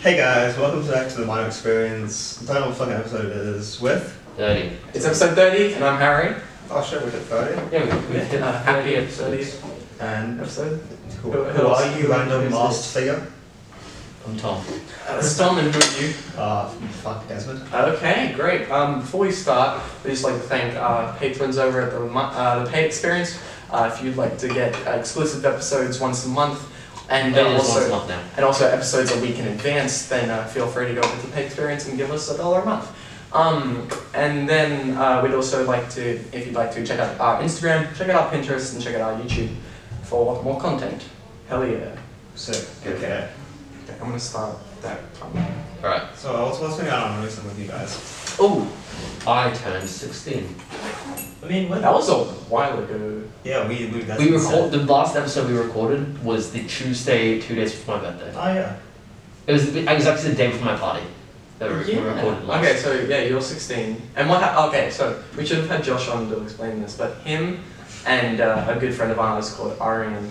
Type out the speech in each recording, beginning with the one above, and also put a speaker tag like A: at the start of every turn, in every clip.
A: Hey guys, welcome back to the Modern Experience. I don't know what fucking episode it is with.
B: 30.
C: It's episode 30, and I'm Harry.
A: Oh sure, with it Friday.
B: Yeah, we, we've done
C: Uh,
B: happy
C: happy
B: episodes.
A: And
C: Episode?
A: who,
C: Who-
A: who
C: who
A: are
C: else?
A: you, random
C: Who's
A: masked figure?
B: I'm Tom.
C: Uh, it's Tom and who are you?
A: Ah, fuck Desmond.
C: Okay, great. Um, before we start, we'd just like to thank our patrons over at the, mo- uh, the Pay Experience. Uh, if you'd like to get uh, exclusive episodes once a month, and uh,
B: it is once a
C: also
B: month now.
C: and also episodes a week in advance, then uh, feel free to go over to the Pay Experience and give us a dollar a month. Um, and then uh, we'd also like to, if you'd like to, check out our Instagram, check out our Pinterest, and check out our YouTube for more content. Hell yeah.
A: So okay.
C: Okay, I'm gonna start that time.
B: Alright.
A: So what's what's been going on recently with you guys?
C: Oh,
B: I turned 16.
A: I mean when
C: that was a while ago.
A: Yeah, we we that's
B: we record the last episode we recorded was the Tuesday, two days before my birthday.
A: Oh yeah.
B: It was the, exactly the day before my party that we we recorded last.
C: Okay, so yeah, you're 16, and what? Ha- okay, so we should have had Josh on to explain this, but him and uh, a good friend of ours called Arian,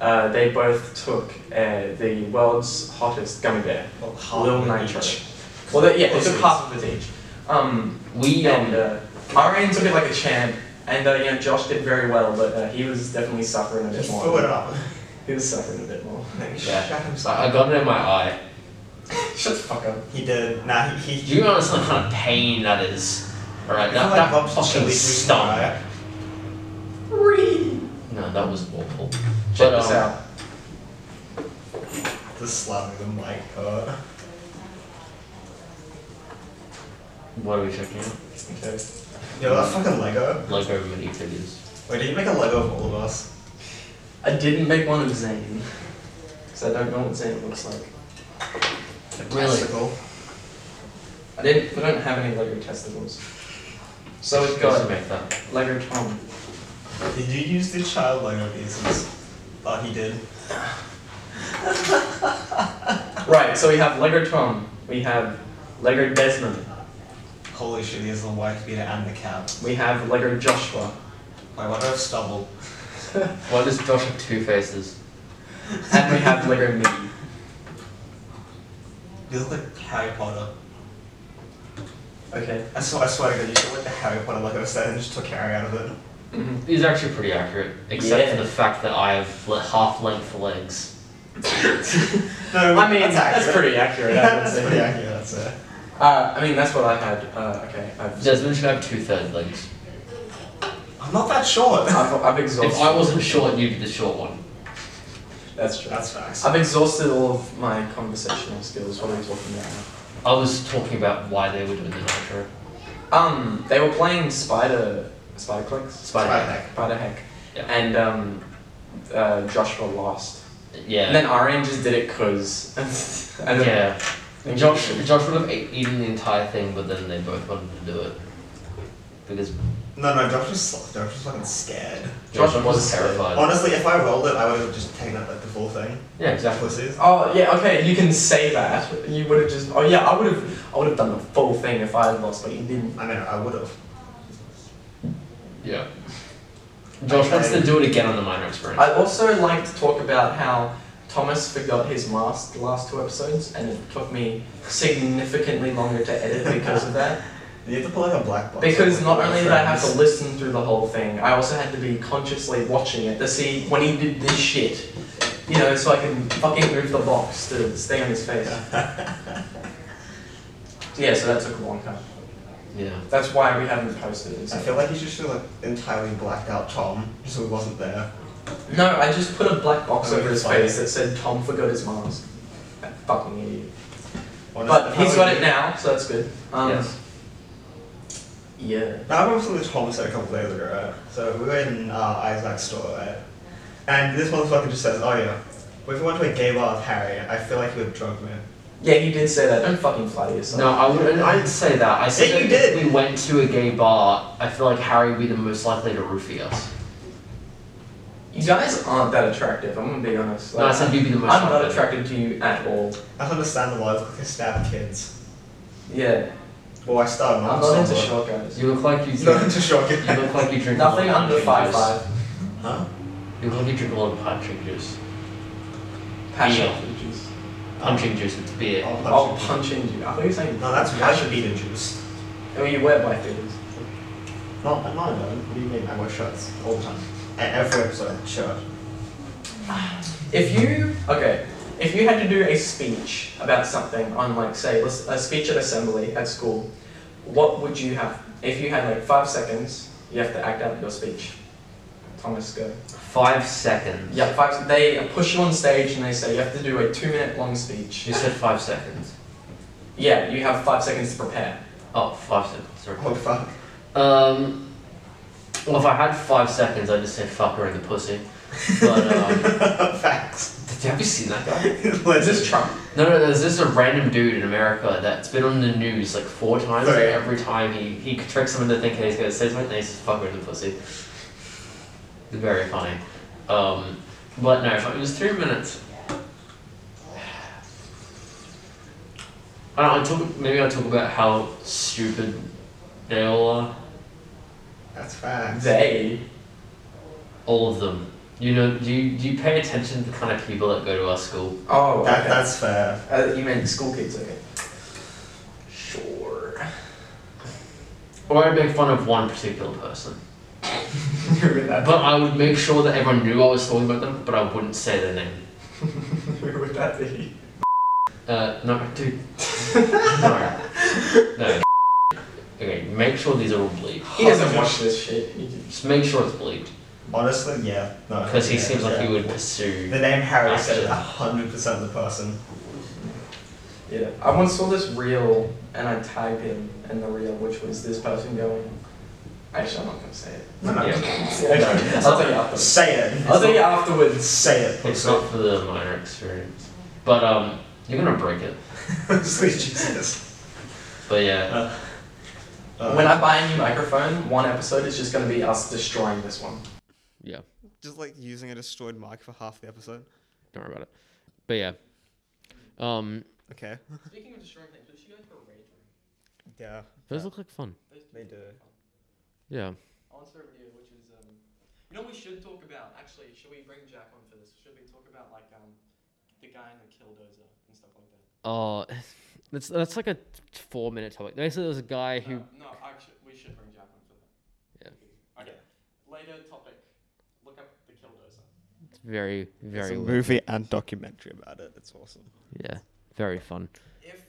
C: uh, they both took uh, the world's hottest gummy bear,
A: Well,
C: Lil Nitro. Well, they, yeah, they took half of it each. Um,
B: We
C: and
B: um,
C: uh, Arian took it like a champ, and uh, you know Josh did very well, but uh, he was definitely suffering a bit
A: Just
C: more.
A: throw it up.
C: He was suffering a bit more.
B: Yeah.
A: Shut himself.
B: I I got it in my eye.
C: Shut the fuck up.
A: He did nah he, he
B: Do you understand the kind of pain that is? Alright, that, that
A: Bob's
B: fucking
A: chili
B: stung.
A: right?
B: No, that was awful.
C: Check
B: but,
C: this
B: um,
C: out.
A: Just slapping the mic uh,
B: What are we checking out?
C: Okay.
A: Yo, that fucking Lego.
B: Lego mini figures.
A: Wait, did you make a Lego of all of us?
C: I didn't make one of Zane. Because I don't know what Zane looks like.
B: Really?
A: Testicle.
C: I didn't we don't have any Lego testicles. So we've
B: Guys,
C: got
B: make that.
C: Lego Tom.
A: Did you use the child Lego pieces? Oh, he did.
C: Right, so we have Lego Tom, we have Lego Desmond,
A: Holy shit, he has the wife beater and the cab.
C: we have Lego Joshua,
A: Wait, what about stubble?
B: Why does Josh have two faces?
C: and we have Lego me.
A: You look like Harry Potter.
C: Okay.
A: I swear, I swear to God, you should like the Harry Potter Lego set and just took Harry out of it. Mm-hmm.
C: Mhm.
B: These are actually pretty accurate, except for
C: Yeah.
B: the fact that I have le- half-length legs.
A: No,
C: I mean,
A: that's,
C: that's,
A: accurate.
C: pretty accurate. I would
A: that's
C: say.
A: pretty accurate, that's it.
C: Uh, I mean, that's what I had. Uh, okay, I've,
B: Desmond should have two-third legs.
A: I'm not that short.
C: I've, I've exhausted.
B: If I wasn't short, you'd be the short one.
C: That's true.
A: That's facts.
C: I've exhausted all of my conversational skills. What are we talking about? now?
B: I was talking about why they were doing the nitro.
C: Um, they were playing Spider Spider Clicks,
B: Spider.
A: Spider-Heck.
C: Spider Heck,
B: Yeah.
C: and um, uh, Joshua lost.
B: Yeah.
C: And then Arian just did it cause. I don't
B: yeah.
C: think
B: Josh,
C: he did.
B: Josh would have ate, eaten the entire thing, but then they both wanted to do it because
A: No, no, Josh was, sl- Josh was fucking scared.
B: Josh
C: Josh
B: was
C: was-
B: terrified.
A: Honestly, if I rolled it, I would have just taken up like the full thing.
B: yeah, exactly.
A: Pussies.
C: Oh yeah, okay. You can say that. You would have just. Oh yeah, I would have. I would have done the full thing if I had lost, but you didn't.
A: I mean, I would have.
B: Yeah. Josh wants to do it again on the minor experience.
C: I'd also like to talk about how Thomas forgot his mask the last two episodes, and it took me significantly longer to edit because of that.
A: You have to put like a black box.
C: Because
A: on
C: not
A: the
C: only did I have to
A: friends.
C: listen through the whole thing, I also had to be consciously watching it to see when he did this shit. You know, so I can fucking move the box to stay on his face. yeah, so that took a long time.
B: Yeah.
C: That's why we haven't posted it.
A: I feel like you should have like entirely blacked out Tom, just so he wasn't there.
C: No, I just put a black box
A: Oh,
C: over his
A: it's fine.
C: face that said Tom forgot his mask. That fucking idiot.
A: Honestly,
C: But he's
A: probably-
C: got it now, so that's good. Um,
B: yes.
C: Yeah.
A: Now, I remember something that Tom said a couple days ago, right? So we were in uh, Isaac's store, right? And this motherfucker just says, oh yeah, well, if you went to a gay bar with Harry, I feel like you would drug me.
C: Yeah, he did say that. Don't fucking flatter yourself.
B: No, I wouldn't. I didn't say that. I said
A: Yeah, you
B: that if
A: did.
B: we went to a gay bar, I feel like Harry would be the most likely to roofie us.
C: You guys aren't that attractive, I'm gonna be honest.
B: No, I said you'd be the most
C: I'm not
B: likely.
C: attracted to you at all.
A: That's understandable, I look like I stab kids.
C: Yeah,
A: Well, I stab
C: I'm
A: moms.
C: not into
A: somewhat.
C: short guys.
B: You look like you.
A: Not into short.
B: You look like you drink
C: Nothing
B: a lot
C: under
B: of
C: five
B: five
C: five.
A: Huh?
B: You look like you drink a lot of pine tree juice.
C: Passion
B: Yeah.
C: juice.
B: punching juice with beer.
A: I'll
C: Oh,
A: punch
C: punching you. I thought you were saying.
A: you. No, that's I should be the juice.
C: Oh, you were black beaters.
A: No, I'm not a villain. What do you mean? I wear shirts all the time. E- Every episode, shirt.
C: If you okay, if you had to do a speech about something on like say let's- a speech at assembly at school, what would you have? If you had like five seconds, you have to act out your speech. Thomas, go.
B: Five seconds.
C: Yeah, five. They push you on stage and they say you have to do a two-minute long speech.
B: You said five seconds.
C: Yeah, you have five seconds to prepare.
B: Oh, five seconds. Sorry.
A: Oh fuck.
B: Um. Well, if I had five seconds, I'd just say fuck her in the pussy. But um,
A: Facts.
B: have you seen that guy?
C: Is this Trump?
B: No, no, there's this a random dude in America that's been on the news like four times.
A: Oh,
B: and
A: yeah.
B: every time he, he tricks them into thinking he's gonna say something, and he says "fuck her in the pussy." Very funny. Um, but no, if it was three minutes. I don't. know, I talk maybe I will talk about how stupid they all are.
A: That's facts.
C: They.
B: All of them. You know, do you, do you pay attention to the kind of people that go to our school?
C: Oh,
A: That,
C: okay.
A: that's fair.
C: Uh, you meant school kids, okay? Sure.
B: Or I make fun of one particular person.
C: Who would that?
B: But I would make sure that everyone knew I was talking about them, but I wouldn't say their name.
C: Who would that be?
B: Uh, no, dude. no. No. Okay, make sure these are all bleeped.
C: He doesn't watch this shit. He just-
B: Just make sure it's bleeped.
A: Honestly, yeah. No.
B: Because he
A: yeah,
B: seems like
A: yeah.
B: he would
A: The
B: pursue.
A: name Harry said
B: Actually.
A: it hundred percent of the person.
C: Yeah. I once saw this reel and I tagged him in the reel, which was this person going. Actually, I'm not gonna say it.
A: No, no.
B: Yeah.
A: Okay.
C: I'll tell you afterwards.
A: Say it.
C: I'll tell you afterwards.
A: Say it.
B: It's not for the minor experience. But, um, you're gonna break it.
A: Sweet Jesus.
B: But yeah.
A: Uh,
C: When I buy a new microphone, one episode is just gonna be us destroying this one.
B: Yeah.
A: just like using a destroyed mic for half the episode.
B: Don't worry about it. But yeah. Um,
A: Okay.
C: Speaking of destroying things, we should go to a rage
A: Yeah.
B: those look like fun.
A: They do.
B: Yeah.
C: I want to start a video which is um, you know what we should talk about actually. Should we bring Jack on for this? Should we talk about like um, the guy in the killdozer and stuff like that?
B: Uh, that's, that's like a four minute topic. Basically, there's a guy who.
C: Uh, no, actually, we should bring Jack on for that.
B: Yeah.
C: Okay. Later topic. Look up the killdozer.
B: It's very, very.
A: it's a
B: weird.
A: movie and documentary about it. It's awesome.
B: Yeah. Very fun.
C: If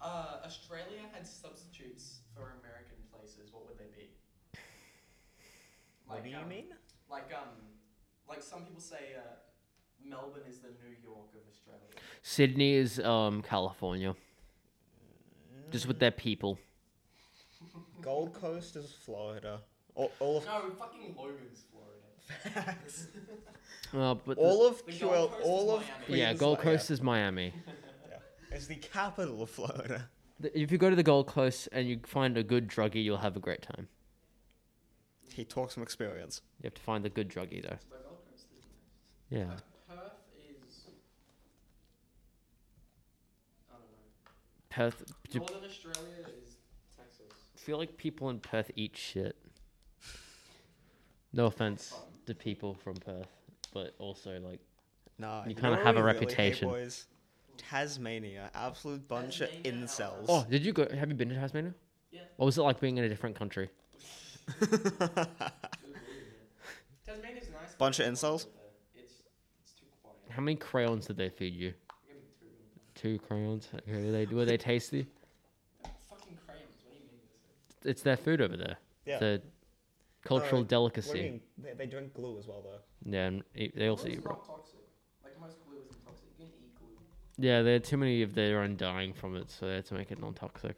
C: uh, Australia had substitutes for American places, what would they be? Like, um, Like um, like some people say, uh, Melbourne is the New York of Australia.
B: Sydney is um California. Just with their people.
A: um, Gold Coast is Florida. All, all of
C: No, fucking Logan's Florida.
A: facts.
B: Uh, but the-
A: All of
C: The
A: QL.
C: Gold Coast
A: All
C: is
A: of
C: Miami.
A: Queens
B: yeah,
A: is
B: Gold
A: like-
B: Coast is Miami.
A: Yeah, yeah. It's the capital of Florida.
B: The- If you go to the Gold Coast and you find a good druggie, you'll have a great time.
A: He talks from experience.
B: You have to find the good druggie though.
C: The Gold Coast is nice.
B: Yeah.
C: Perth is. I don't know.
B: Perth. do you
C: Northern Australia is Texas.
B: feel like people in Perth eat shit. No offense to people from Perth, but also like
A: Nah.
B: You
A: know
B: kinda
A: what
B: have
A: we
B: a
A: really hate,
B: reputation.
A: boys? Tasmania, absolute bunch of
C: Tasmania.
A: incels.
B: Oh, did you go have you been to Tasmania?
C: Yeah.
B: What was it like being in a different country?
C: Tasmania's nice.
A: Bunch
C: but
A: of incels?
C: It's, it's too quiet.
B: How many crayons did they feed you?
C: Give me two
B: Two
C: minutes.
B: crayons. Okay, were they were they tasty?
C: Fucking crayons. What do you mean? this is-
B: It's their food over there.
A: yeah.
B: the cultural
A: Alright, What do you
B: delicacy.
A: mean? They, they drink glue as well, though.
B: Yeah, and eat, they also
C: Glue's
B: eat raw.
C: not toxic. Like most glue isn't toxic. You can eat glue.
B: Yeah, there are too many of their own dying from it, so they had to make it non-toxic.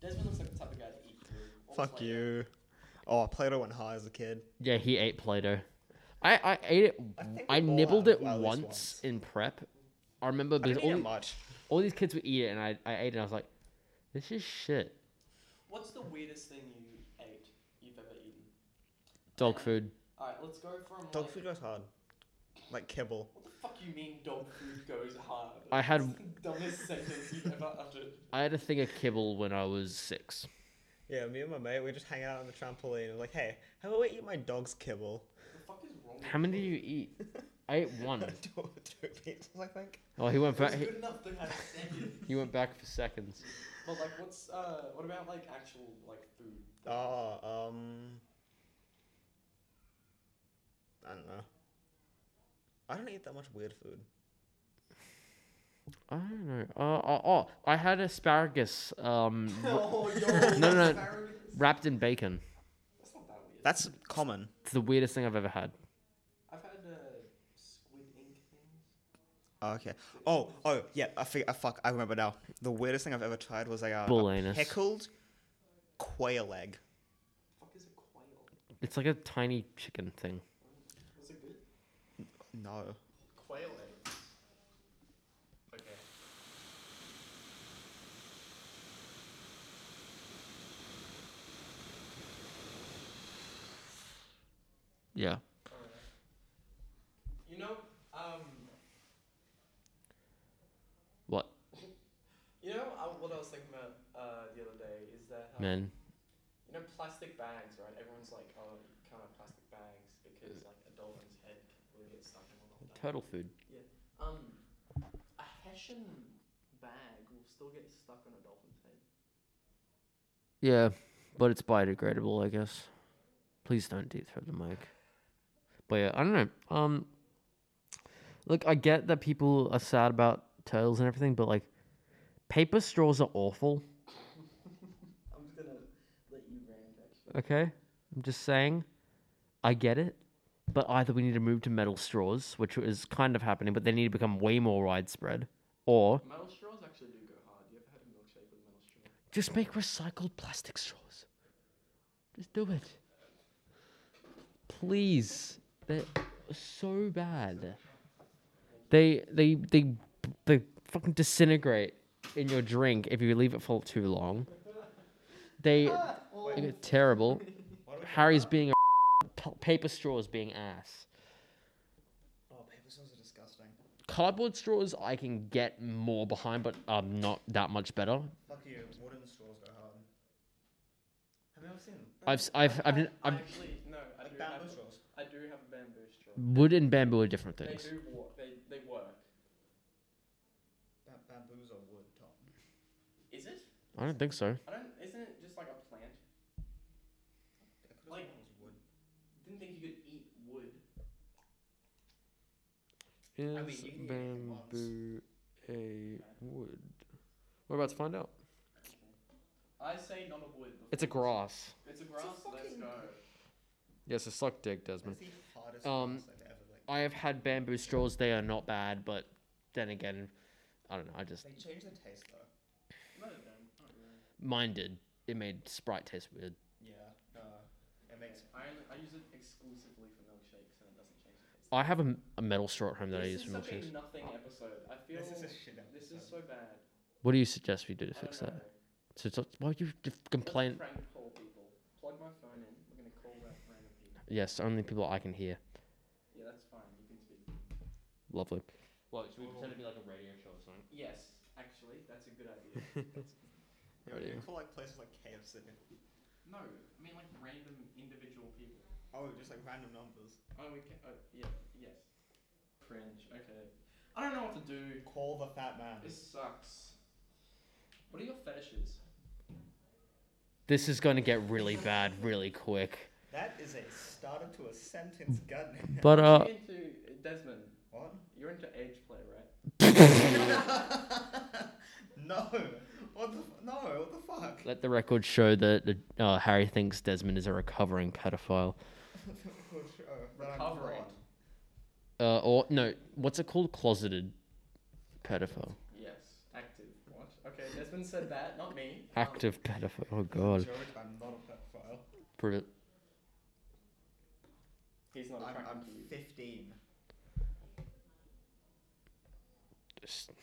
C: Desmond looks like the type of guy to eat glue. or
A: Fuck
C: play it.
A: you. Oh, Plato went high as a kid.
B: Yeah, he ate Play-Doh. I, I ate it.
A: I
B: w-
A: think
B: I,
A: we all
B: nibbled
A: have,
B: it
A: well, at
B: once,
A: least once.
B: in prep. I remember
A: I
B: because
A: didn't eat
B: all,
A: it
B: the-
A: much.
B: all these kids would eat it, and I, I ate it, and I was like, this is shit.
C: What's the weirdest thing you ate you've ever eaten?
B: Dog food.
C: Alright, let's go from
A: Dog
C: like,
A: food goes hard. Like kibble.
C: What the fuck you mean dog food goes hard?
B: I had-
C: That's the dumbest sentence you've ever uttered.
B: I had a thing of kibble when I was six.
A: Yeah, me and my mate, we just hang out on the trampoline and like, hey, how about we eat my dog's kibble?
C: The fuck is wrong?
B: How many do you eat? I ate won.
A: Two, two pizzas, I think.
B: Well, he went back.
C: It's
B: He,
C: good enough to have second.
B: he went back for seconds.
C: but like, what's uh, what about like actual like food?
A: Oh, um. I don't know. I don't eat that much weird food.
B: I don't know. Uh, oh, oh, I had asparagus um,
C: oh, yo,
B: no, no.
C: asparagus.
B: wrapped in bacon.
C: That's not that weird.
A: That's common.
B: It's the weirdest thing I've ever had.
C: I've had uh, squid ink things.
A: Oh, okay. Oh, oh, yeah. I fig- I fuck. I remember now. The weirdest thing I've ever tried was a, uh,
B: Bull
A: a
B: anus.
A: pickled quail egg.
C: Fuck is a quail?
B: It's like a tiny chicken thing.
C: Was it good?
A: No.
D: Quail eggs. Okay.
B: Yeah.
C: Alright. You know, um,
B: What
C: you know uh, what I was thinking about uh, the other day is that uh,
B: man?
C: You know, plastic bags, right? Everyone's like, oh, you can't have plastic bags because like a dolphin's head will get stuck in one of them.
B: Turtle food.
C: Um, a Hessian bag will still get stuck on a dolphin's head.
B: Yeah, but it's biodegradable, I guess. Please don't deep throat the mic. But yeah, I don't know. Um, look, I get that people are sad about turtles and everything, but like, paper straws are awful.
C: I'm just gonna let you rant actually.
B: Okay, I'm just saying. I get it, but either we need to move to metal straws, which is kind of happening, but they need to become way more widespread, or
C: Metal straws actually do go hard. You ever had a milkshake with a metal straw?
B: just make recycled plastic straws. Just do it. Please, they're so bad. They they they they fucking disintegrate in your drink if you leave it for too long. They they're terrible.
A: What do we-
B: Harry's being a p- paper straws being ass.
A: Oh, paper straws are disgusting.
B: Cardboard straws I can get more behind, but um, not that much better.
A: Fuck you. Wooden straws go hard. Have you ever seen them?
B: I've s- I've I've, been,
C: I
B: I've
C: actually no. I
A: Like
C: do
A: bamboo
C: have.
A: straws.
C: I do have a bamboo straw.
B: wood and bamboo are different
C: They
B: things.
C: do work. They they work.
A: Ba- bamboos are wood, Tom.
C: Is it?
B: I don't think so.
C: I don't. Isn't it just like a plant? Like-
A: was wood.
C: Didn't think you could eat wood.
A: mean, Is you can eat anything bamboo
B: a wood? We're about to find out.
C: I say not a wood. the
B: It's a grass.
C: forest. It's a grass. Let's
A: fucking-
C: go.
B: Yes, a suck dick,
A: That's
B: Desmond.
A: the hardest
B: Um,
A: ones I've ever like.
B: I have had bamboo straws. They are not bad, but then again, I don't know. I just
A: They change the taste though.
C: No, no, not really.
B: mine did. It made Sprite taste weird.
A: Yeah. Uh, it makes.
C: I only, I use it exclusively for milkshakes, and it doesn't change the taste.
B: I have a, a metal straw at home that I
C: this
B: use
C: is
B: for
C: such a
B: milkshakes.
C: nothing episode. I feel
A: This is a shit
C: This is
A: episode.
C: so bad.
B: What do you suggest we do to
C: I don't
B: fix that?
C: know.
B: So it's not- why do you d-
C: Let's
B: complain?
C: prank call people. Plug my phone in. We're gonna call that random people.
B: Yes, only people I can hear.
C: Yeah, that's fine. You can speak.
B: Lovely. Well, should we pretend to be like a radio show or something?
C: Yes, actually, that's a good idea.
A: You know, you
B: Alrighty.
A: call like places like KFC.
C: no, I mean like random individual people.
A: Oh, just like random numbers.
C: Oh, we can. Oh, yeah. Yes. Cringe. Okay. I don't know what to do.
A: Call the fat man.
C: This sucks. What are your fetishes?
B: This is gonna get really bad really quick.
A: That is a starter to a sentence, gun.
B: But uh,
C: You're into Desmond.
A: what?
C: You're into age play, right?
A: No. What the? f- No. What the fuck?
B: let the record show that uh, Harry thinks Desmond is a recovering pedophile.
A: Oh, sure, but I'm
C: Recovering.
A: bored.
B: Uh, or no, what's it called? Closeted pedophile.
C: Yes. Active. What? Okay. Desmond said that, not me. Um,
B: Active pedophile. Oh god.
A: Joke, I'm not a pedophile.
B: Brilliant.
C: he's not
A: I'm,
C: attracted
A: I'm
C: to you.
A: 15.
B: Just-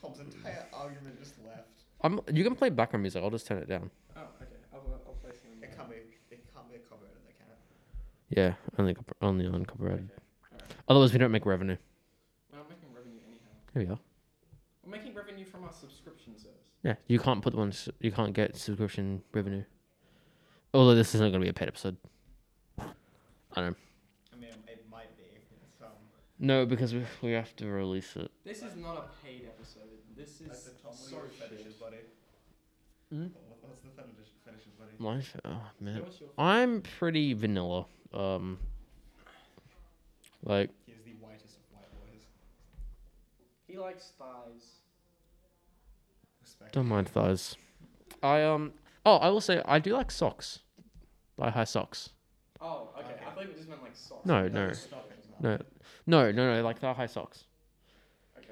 A: Tom's entire argument just left.
B: I'm, you can play background music. I'll just turn it down.
C: Oh, okay. I'll, I'll play some.
A: It can't be. It can't be a copyright in the canon.
B: Yeah, only copy- only on copyrighted.
C: Okay. Alright.
B: Otherwise, we don't make revenue.
C: We're not making revenue anyhow.
B: There we are.
C: We're making revenue from our subscription service.
B: Yeah, you can't put the ones you can't get subscription revenue. Although this isn't going to be a paid episode. I don't. know.
A: I mean, it might might be. Some.
B: No, because we, we have to release it.
C: This is not a paid episode. This is
A: That's a Tom Lee
C: so
A: fetishes
C: shit.
A: buddy.
B: Hmm?
A: What- What's the fetish, fetishes buddy?
B: My show, oh,
C: Yeah,
B: man.
C: what's your f-
B: I'm pretty vanilla. Um, like
A: He is the whitest of white boys.
C: He likes thighs.
A: Respect.
B: don't mind thighs. I um. Oh, I will say I do like socks. Like high socks.
C: Oh, okay.
A: Okay.
C: I thought it just meant like socks.
B: No,
A: No,
B: no,
A: stop it.
B: no, no, no, no. Like thigh high socks.
C: Okay.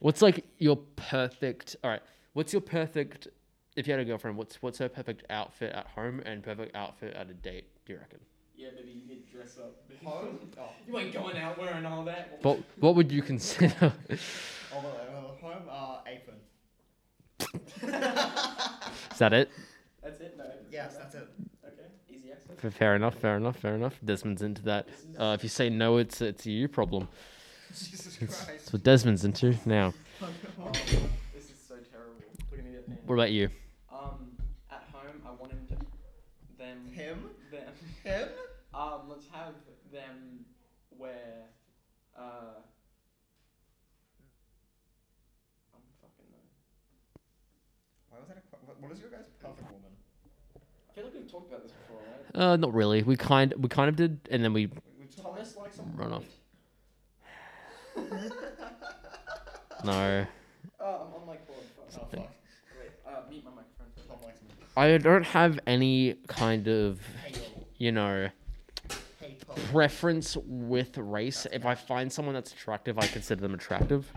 B: What's like your perfect? All right. What's your perfect? If you had a girlfriend, what's what's her perfect outfit at home and perfect outfit at a date? Do you reckon?
C: Yeah, baby, you need to dress up.
A: Home? Oh,
C: You ain't going out wearing all that.
B: What what would you consider?
A: although, well, home, uh, apron.
B: Is that it?
C: That's it. No.
A: Yes, that's it.
C: Okay. Easy access.
B: F- Fair enough. Fair enough. Fair enough. Desmond's into that. Uh, if you say no, it's it's a you problem.
A: Jesus
B: That's
A: Christ. Um,
B: what Desmond's into now.
C: Oh, this is so terrible. Look at me that man.
B: What about you?
C: Um, at home, I wanted them.
A: Him?
C: Them.
A: Him?
C: Um, let's have them wear. Uh. I'm fucking no.
A: Why was that a que- what- What is your guys' perfect woman?
C: I feel like we've talked about this before, right?
B: Uh, not really. We kind we kind of did, and then we
A: We- we talk-
C: Thomas likes some.
B: run off. No,
C: Oh, I'm on my cord. Fuck.
A: Oh, fuck.
C: Wait, uh, mute my microphone. for a
A: Tom
C: second.
A: likes me.
B: I don't have any kind of
A: Hey,
B: you know
A: hey, Tom.
B: preference with race. If I find someone that's attractive, I consider them attractive.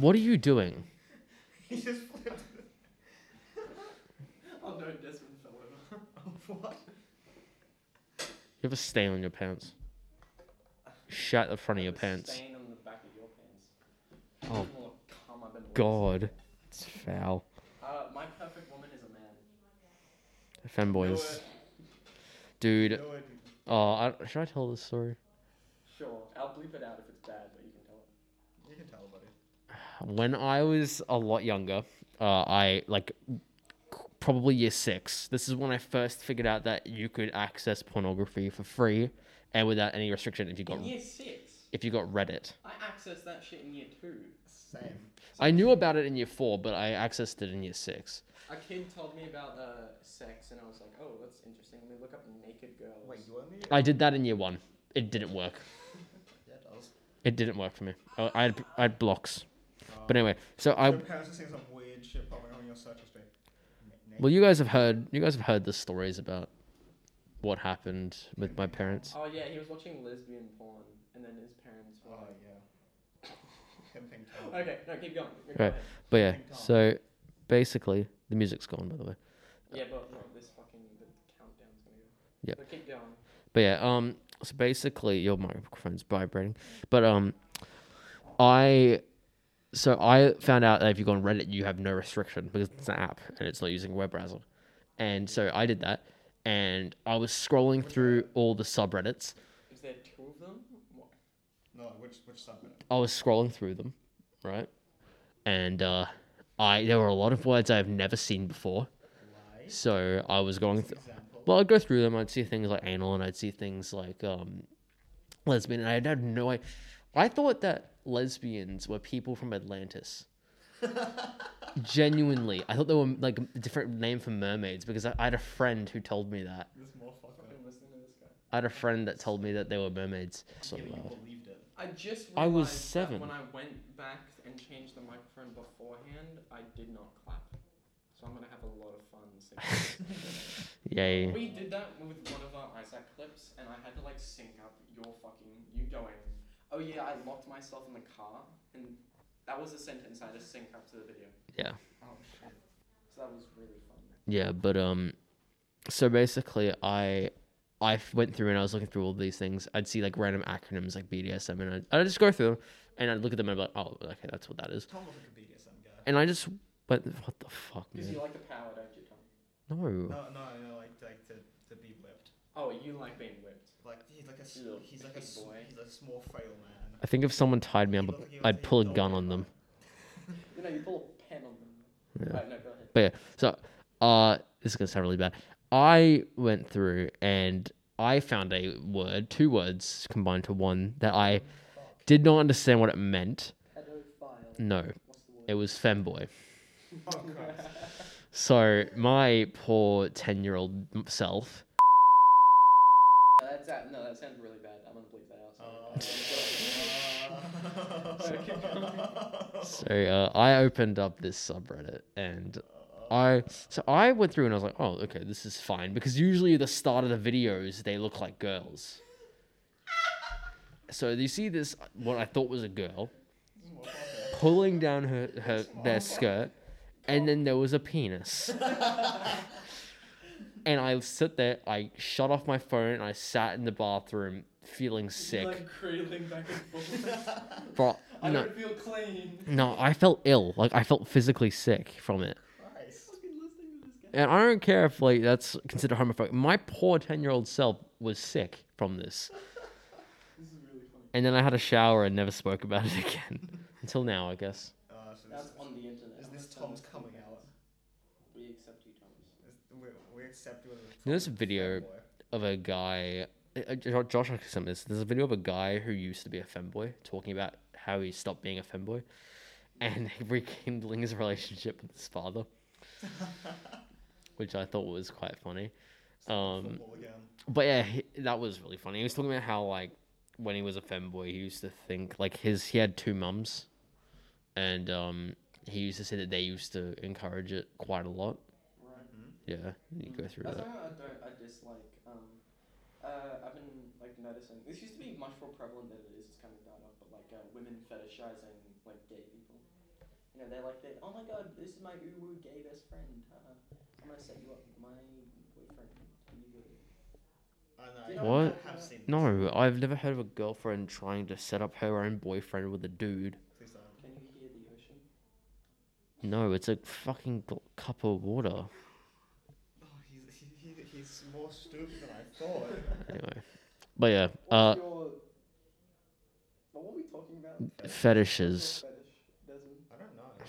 B: What are you doing?
A: He just flipped. it.
C: Oh no, Desmond fell over.
A: What?
B: You have a stain on your pants. Shut the front of your
C: The
B: pants.
C: Stain on the back of your pants.
B: Oh
C: Well, come, I've been
B: God, it's foul.
C: Uh, my perfect woman is a man.
B: Fanboys,
A: No,
B: dude.
A: no, it-
B: Oh, I, should I tell this story?
C: Sure, I'll bleep it out if it's bad, but you can tell it.
A: you can tell, buddy.
B: When I was a lot younger, uh, I like probably year six. This is when I first figured out that you could access pornography for free and without any restriction if you got
C: In year six,
B: if you got Reddit.
C: I accessed that shit in year two.
A: Same.
B: I knew about it in year four, but I accessed it in year six.
C: A kid told me about uh, sex, and I was like, oh, that's interesting. Let me look up naked girls.
A: Wait, you only?
B: I did that in year one. It didn't work.
A: Yeah, it does.
B: It didn't work for me. I I had, I had blocks.
A: Um,
B: But anyway, so I
A: Your parents are seeing some weird shit popping up on your search history. Na- na-
B: well, you guys have heard you guys have heard the stories about what happened with my parents.
C: Oh yeah, he was watching lesbian porn, and then his parents were
A: Oh
C: like,
A: yeah. Him think Tom.
C: okay, no, keep going. Go
B: Right.
C: ahead.
B: But yeah, so basically the music's gone by the way.
C: Yeah, but no, this fucking the countdown's gonna go.
B: Yeah.
C: But keep going.
B: But yeah, um, so basically your microphone's vibrating, but um, I, so I found out that if you go on Reddit, you have no restriction because it's an app and it's not using a web browser, and so I did that, and I was scrolling through all the subreddits.
C: Is there two of them? What?
A: No, which which subreddit?
B: I was scrolling through them, right, and uh, I there were a lot of words I've never seen before,
A: Lie.
B: so I was going. Th-
A: Example.
B: Well, I'd go through them. I'd see things like anal, and I'd see things like um, lesbian, and I'd have no idea. I thought that lesbians were people from Atlantis. Genuinely, I thought they were like a different name for mermaids because I, I had a friend who told me that.
A: This motherfucker.
C: Fucking listen to this guy.
B: I had a friend that told me that they were mermaids. So uh,
A: Yeah, but you
B: loud.
A: believed it.
C: I just realized
B: I was
C: that
B: seven.
C: when I went back and changed the microphone beforehand, I did not clap. So I'm gonna have a lot of fun. singing.
B: Yay!
C: we did that with one of our Isaac clips, and I had to like sync up your fucking you going. Oh yeah, I locked myself in the car, and that was a sentence I had to sync up to the video.
B: Yeah,
A: Oh shit.
C: So that was really fun.
B: yeah. But um, so basically, I I went through and I was looking through all these things. I'd see like random acronyms like BDSM, and I'd, I'd just go through them and I'd look at them and I'd be like, oh, okay, that's what that is.
A: Tom was like a BDSM guy.
B: And I just went, what the fuck,
C: Because you
B: man?
C: like the power, don't you, Tom?
B: No.
A: No, no, no, like like to to be whipped.
C: Oh, you like being whipped.
A: Like he's like a s-
C: Little
A: he's like a
C: big
A: s-
C: boy.
A: he's a small frail man.
B: I think if someone tied me
A: He
B: up,
A: looked like he was
B: I'd pull a
A: dog.
B: gun on them.
C: You know, you pull a pen on them.
B: Yeah.
C: Right, no, go ahead.
B: But yeah, so uh, this is gonna sound really bad. I went through and I found a word, two words combined to one that I did not understand what it meant. No, it was femboy. So my poor ten-year-old self.
C: Uh, That's, no, that sounds really bad. I'm gonna bleep that out.
B: Oh. So uh, I opened up this subreddit and I so I went through and I was like, oh, okay, this is fine because usually the start of the videos they look like girls. So you see this what I thought was a girl pulling down her, her their skirt, and then there was a penis. and I sit there, I shut off my phone, and I sat in the bathroom feeling sick.
C: cradling back and forth.
B: Bro, no,
C: feel clean.
B: no, I felt ill. Like I felt physically sick from it.
A: Christ.
B: And I don't care if like that's considered homophobic. My poor ten year old self was sick from this. And then I had a shower and never spoke about it again. Until now, I guess.
A: Uh, so
C: That's on the internet.
A: this, is this Tom's coming out?
C: We accept you, Thomas.
A: Is- We, we accept you as a Tom
B: There's a video
A: boy.
B: of a guy. uh, Jo- Josh actually sent me this. There's a video of a guy who used to be a femboy talking about how he stopped being a femboy and rekindling his relationship with his father, which I thought was quite funny. Um,
A: Football again.
B: But yeah, he, that was really funny. He was talking about how like when he was a femboy, he used to think like his he had two mums, and um, he used to say that they used to encourage it quite a lot.
C: Right.
B: Yeah, you go through
C: That's
B: that.
C: why I don't. I dislike. Um, uh, I've been like noticing. This used to be much more prevalent than it is. It's kind of died off, but like uh, women fetishizing like gay people. You know, they're like, they, oh my god, this is my uwu gay best friend. Haha. I'm gonna set you up with my boyfriend. Are you good?"
A: I
C: Do you
A: know,
C: know
A: I
B: What?
A: have seen this.
B: No, I've never heard of a girlfriend trying to set up her own boyfriend with a dude.
A: Please don't.
C: Can you hear the ocean?
B: No, it's a fucking gl- cup of water.
A: Oh, he's, he, he, he's more stupid than I thought.
B: Anyway, but yeah, uh,
C: What's your... What were we talking about?
B: fetishes.
C: Fetish, Desmond?
A: I don't know.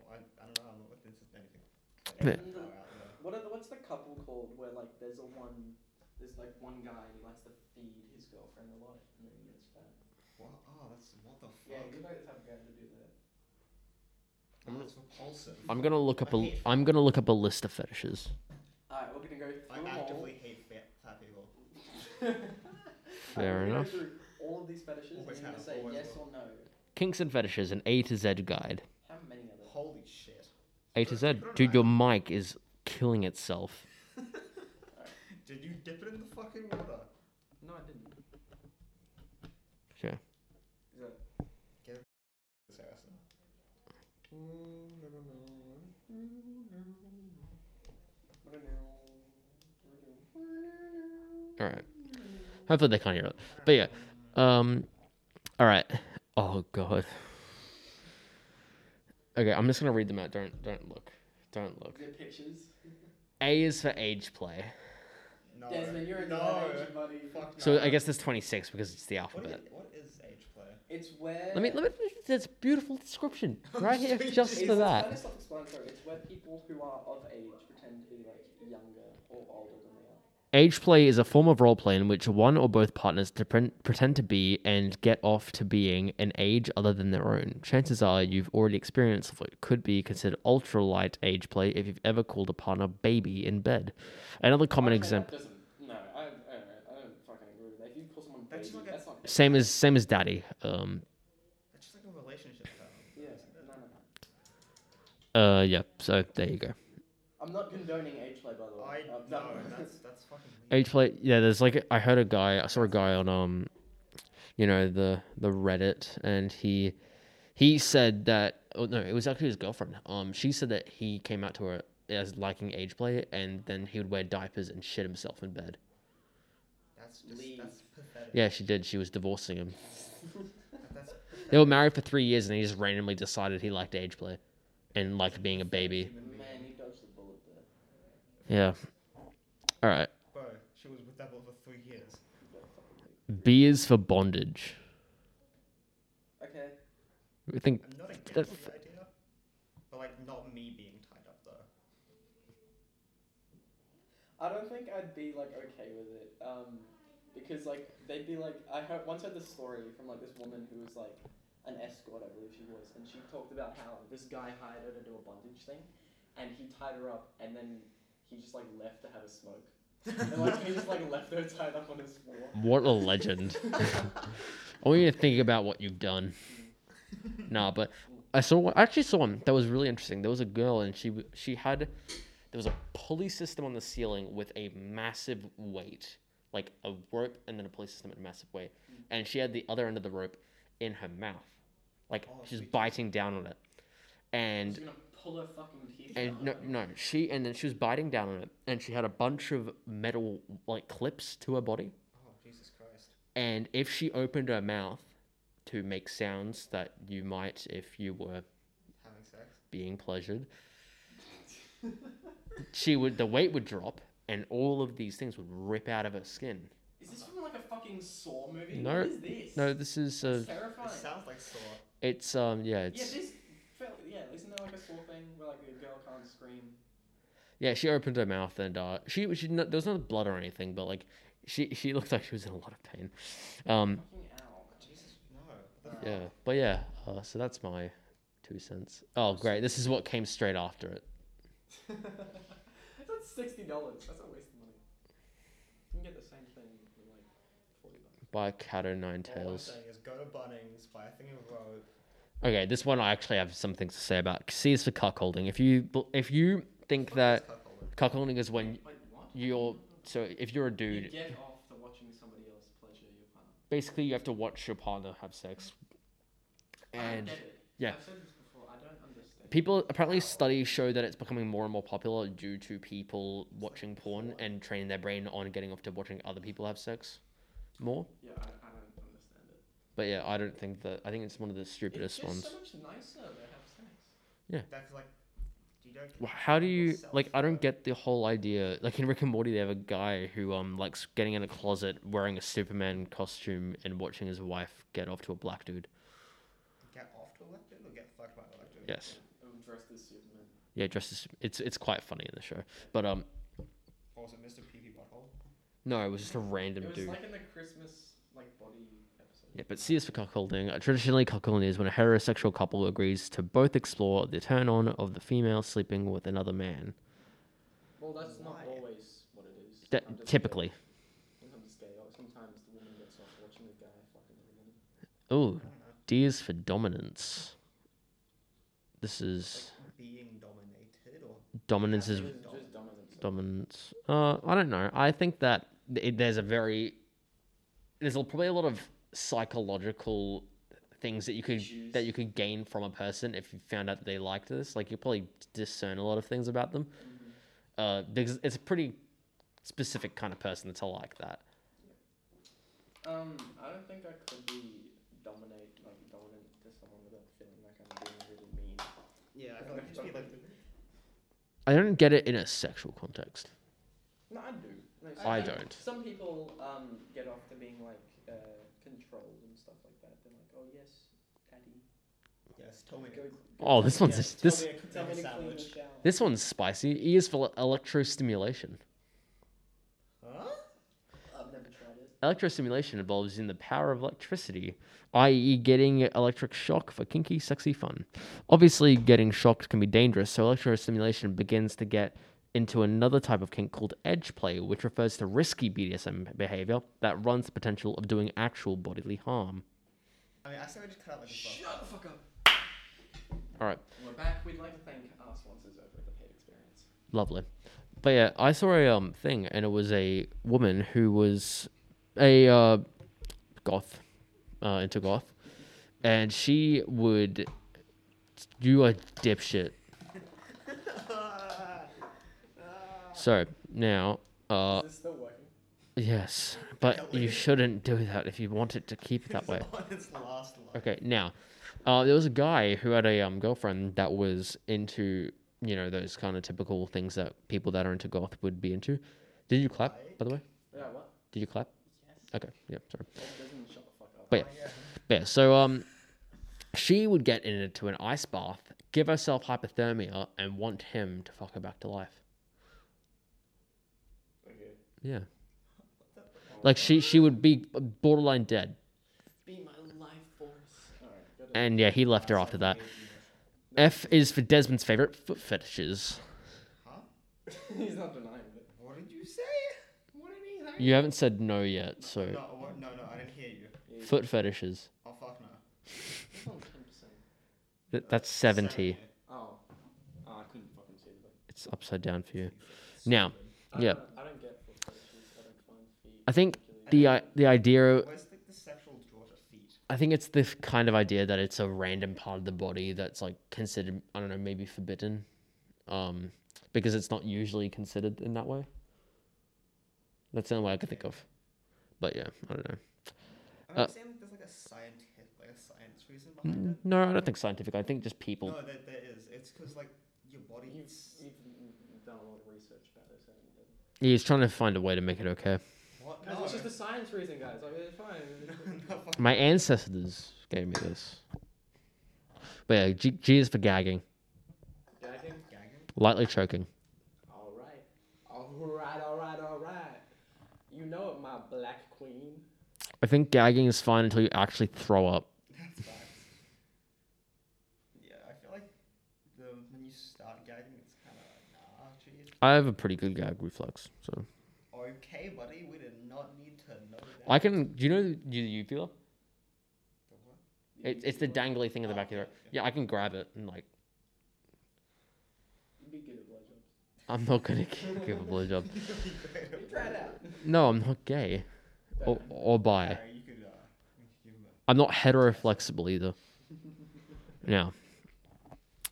A: Well, I, I don't know. I'm not looking into anything.
B: Yeah.
A: Oh, out there.
C: What are the, what's the couple called where like there's a one there's like one guy and he likes to feed his girlfriend a lot and then he gets fat.
A: What? Oh, that's what the fuck.
C: Yeah, you know the type of guy to do that.
A: Oh, that's repulsive.
B: I'm gonna look up a I'm gonna look up a list of fetishes.
C: Alright, we're gonna go through
A: I
C: them all.
A: actively hate fat, fat people.
B: Fair
C: Alright, we're gonna go
B: enough.
C: through all of these fetishes
A: Always
C: and you're gonna
A: have,
C: say
A: always
C: yes
A: will.
C: or no.
B: Kinks and fetishes, an A to Z guide.
C: How many of them?
A: Holy shit.
B: A to Z. Dude, your mic is killing itself.
A: Did you dip it in the fucking water?
C: No, I didn't.
B: Okay.
C: Is that
A: Saracen. Mm,
B: All right. Hopefully they can't hear it. But yeah. Um. All right. Oh god. Okay, I'm just gonna read them out. Don't don't look. Don't look.
C: Good pictures.
B: A is for age play.
A: No.
C: Desmond, you're a
A: no.
C: good age, buddy.
A: Fuck no.
B: So I guess there's 26 because it's the
A: What,
B: alphabet.
A: is, what is age play?
C: It's where
B: Let me let me. There's beautiful description right here just
C: It's
B: for
C: Kind
B: that.
C: of self-explanatory. It's where people who are of age pretend to be like younger or older than they are.
B: Age play is a form of role play in which one or both partners to pre- pretend to be and get off to being an age other than their own. Chances are you've already experienced what could be considered ultralight age play if you've ever called a partner baby in bed. Another common
C: Okay,
B: example,
C: That doesn't. No, I, I, don't know, I don't fucking agree with that. If you call someone
A: That's
C: baby,
A: just like a-
C: that's not.
B: same as same as daddy. Um,
A: That's just like a relationship term.
C: Yeah, no, no, no.
B: uh, yeah. So there you go.
C: I'm not condoning age play, by the
A: I
C: way. Uh,
A: Oh, no, that's that's fucking weird.
B: Age play, yeah. There's like I heard a guy, I saw a guy on um, you know the the Reddit, and he he said that oh no, it was actually his girlfriend. Um, she said that he came out to her as liking age play, and then he would wear diapers and shit himself in bed.
A: That's just
C: Leave.
A: that's pathetic.
B: Yeah, she did. She was divorcing him.
A: That- that's
B: They were married for three years, and he just randomly decided he liked age play, and liked being a baby.
C: Man, you dodged the bullet there.
B: Yeah. All right.
A: bro. She was with that boy for three years.
C: You got fucking big.
B: B is for bondage.
C: Okay.
B: I think
A: I'm not against
B: That's-
A: the idea, but like not me being tied up though.
C: I I don't think I'd be like okay with it, um, because like they'd be like I heard, once heard this story from like this woman who was like an escort, I believe she was, and she talked about how this guy hired her to do a bondage thing, and he tied her up, and then he just like left to have a smoke, and like he just like left her tied up on his floor.
B: What a legend. I want you to think about what you've done. nah, but I saw one, I actually saw one that was really interesting. There was a girl and she w- she had there was a pulley system on the ceiling with a massive weight, like a rope and then a pulley system and a massive weight, and she had the other end of the rope in her mouth, like she's biting down on it, and
C: She's gonna pull her fucking teeth.
B: and
C: out.
B: no, no, she and then she was biting down on it, and she had a bunch of metal like clips to her body,
A: Oh, Jesus Christ.
B: and if she opened her mouth to make sounds that you might if you were
A: Having sex?
B: being pleasured, she would the weight would drop, and all of these things would rip out of her skin.
C: Is this from like a fucking Saw movie?
B: No,
C: What is this?
B: No, this is uh,
C: It's terrifying.
A: It sounds like Oh, Saw.
B: it's um yeah
C: Yeah,
B: it's
C: this. felt- Yeah, isn't there like a Saw thing where like a girl can't scream?
B: yeah she opened her mouth and uh she she no, there was no blood or anything, but like she she looked like she was in a lot of pain, um
C: Fucking owl.
A: Jesus, no. What the fuck?
B: yeah but yeah uh, so that's my two cents. Oh great, this is what came straight after it.
C: That's sixty dollars. That's a waste of money. You can get the same thing for like forty bucks.
B: By Cat O' Nine
A: All I'm
B: Tails.
A: saying is go to Bunnings, buy a thing of rope.
B: Okay, this one I actually have some things to say about. C is for cuckolding. If you if you think that cuckolding is when
C: Wait, what?
B: you're so if you're a
C: You
B: dude,
C: get off to watching somebody else pleasure your partner.
B: basically you have to watch your partner have sex. And
C: I don't get it.
B: yeah.
C: I've said this before. I don't understand.
B: people apparently studies show that it's becoming more and more popular due to people watching porn and training their brain on getting off to watching other people have sex more.
C: yeah, I, I don't understand it.
B: But yeah, I don't think that I think it's one of the
C: It's
B: stupidest
C: just
B: ones.
C: so much nicer to have sex.
A: That's like, you don't.
B: Wh- How do you
A: yourself,
B: like? I don't
A: but-
B: get the whole idea. Like in Rick and Morty, they have a guy who um likes getting in a closet wearing a Superman costume and watching his wife get off to a black dude.
A: Get off to elected or get fucked by elected?
B: Yes,
C: I'm dressed as Superman.
B: yeah, dressed as it's it's quite funny in the show. But um,
A: Or was it Mr. PP Butthole?
B: no, it was just a
C: It
B: random
C: was
B: dude.
C: like in the Christmas like body episode.
B: Yeah, but C is for cuckolding. Uh, Traditionally, cuckolding is when a heterosexual couple agrees to both explore the turn on of the female sleeping with another man.
C: Well, that's
A: Why?
C: not always what it is.
B: That-
C: Sometimes it's
B: typically.
C: gay. Sometimes it's gay. or Sometimes the woman gets off watching the guy fucking the woman.
B: Oh, D is for dominance. This is
A: Being dominated or.
B: dominance is
C: Just, just dumb as himself.
B: dominance. Uh, I don't know. I think that it, there's a very there's a- probably a lot of psychological things that you could
C: Issues.
B: that you could gain from a person if you found out that they liked this. Like you probably discern a lot of things about them.
C: Mm-hmm.
B: Uh, because it's a pretty specific kind of person that's like that.
C: Um, I don't think I could be dominate like dominant to someone without feeling like I'm being really mean.
A: Yeah, I feel like you just be like.
B: I don't get it in a sexual context.
C: No, I do. Like,
B: I
C: some-
B: don't.
C: Some people um get off to being like uh, controlled and stuff like that. They're like, oh yes, daddy.
A: Yes, tell me.
C: Go,
B: Oh, this one's
A: Yes,
B: this
A: tell me a, tell me
C: tell me
A: a
C: to clean the
A: sandwich.
C: shower.
B: this one's spicy. E is for electrostimulation.
A: Huh?
C: I've never tried it.
B: Electrostimulation involves in the power of electricity, i.e., getting electric shock for kinky, sexy fun. Obviously, getting shocked can be dangerous, so electrostimulation begins to get into another type of kink called edge play, which refers to risky BDSM behavior that runs the potential of doing actual bodily harm.
A: I mean, I say we just cut out like this.
C: Shut the fuck up.
B: All right,
C: We're back. We'd like to thank our sponsors over at the Paid Experience.
B: lovely. But yeah, I saw a um thing, and it was a woman who was a uh, goth, uh, into goth, and she would do a dipshit. so now, uh,
C: Is this still working?
B: yes, but you shouldn't do that if you want it to keep it that way.
A: On its last line.
B: Okay, now, uh, there was a guy who had a um, girlfriend that was into, you know, those kind of typical things that people that are into goth would be into. Did you clap, by the way?
C: Yeah, what?
B: Did you clap?
C: Yes.
B: Okay, yeah, sorry.
C: Well, doesn't shut the fuck up.
B: But yeah, but yeah so um, she would get into an ice bath, give herself hypothermia, and want him to fuck her back to life. Yeah. Like she she would be borderline dead.
C: Be my life force. Alright, got it.
B: And yeah, he left her after that. F is for Desmond's favorite foot fetishes.
A: Huh?
C: He's not denying it.
A: What did you say? What did he say?
B: You haven't said no yet, so
A: No, what, no, no, I didn't hear you.
C: Yeah, he's-
B: foot fetishes.
A: Oh, fuck no.
C: he's on 10%.
B: Th- That's 70.
C: Oh. oh. I couldn't fucking see the
B: It's upside down for you. Now, yeah,
C: I don't get foot fetishes. I don't find feet.
B: I think
C: particularly-
B: the i- the idea
A: Where's the, the sexual draw to feet?
B: I think it's this kind of idea that it's a random part of the body that's like considered I don't know maybe forbidden, um, because it's not usually considered in that way. That's the only way I can think of, but yeah, I don't know.
A: I'm
B: Uh, mm.
A: saying there's like a scientific, like a science reason behind
B: N-
A: it.
B: No, I don't think scientific. I think just people.
A: No, there, there is. It's because like your body.
C: You've, you've done a lot of research about this, haven't you?
B: He's trying to find a way to make it okay.
A: What?
C: Guys,
A: No.
C: it's just a science reason, guys. Like, it's fine.
A: No, fuck.
B: My ancestors gave me this. But yeah, G, G is for gagging,
C: Gagging?
A: Gagging?
B: lightly choking.
C: Alright. Alright, alright, alright. You know it, my black queen.
B: I think gagging is fine until you actually throw up.
A: That's facts. Yeah, I feel like the when you start gagging, it's kind of like, nah, geez.
B: I have a pretty good gag reflex, so
A: Okay, buddy, we did not need to know that.
B: I can. Do you know the the uvula?
A: The what? Oh,
B: It, it's the dangly thing in the back of your. Yeah, I can grab it and like.
C: You'd be good at blowjobs.
B: I'm not gonna g- give a blowjob.
C: You try it out.
B: No, I'm not gay, or or bi.
A: Harry, you could, uh, you could give him a.
B: I'm not heteroflexible either. Now,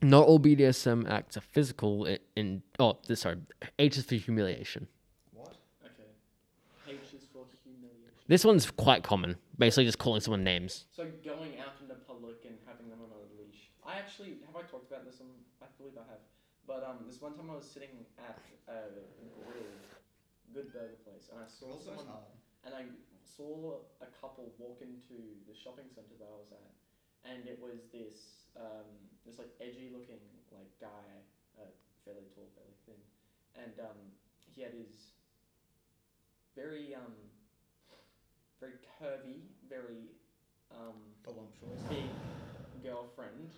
B: not all BDSM acts are physical. i- In oh, this sorry, H is for humiliation.
A: What?
C: Okay. H is for humiliation.
B: This one's quite common. Basically, just calling someone names.
C: So going out into public and having them on a leash. I actually have I talked about this on I believe I have. But um this one time I was sitting at a grill, good burger place, and I saw
A: Also,
C: someone
A: hard.
C: and I saw a couple walk into the shopping center that I was at, and it was this um, this like edgy looking like guy, uh, fairly tall, fairly thin, and um, he had his very um, very curvy, very um,
A: Voluptuous.
C: big girlfriend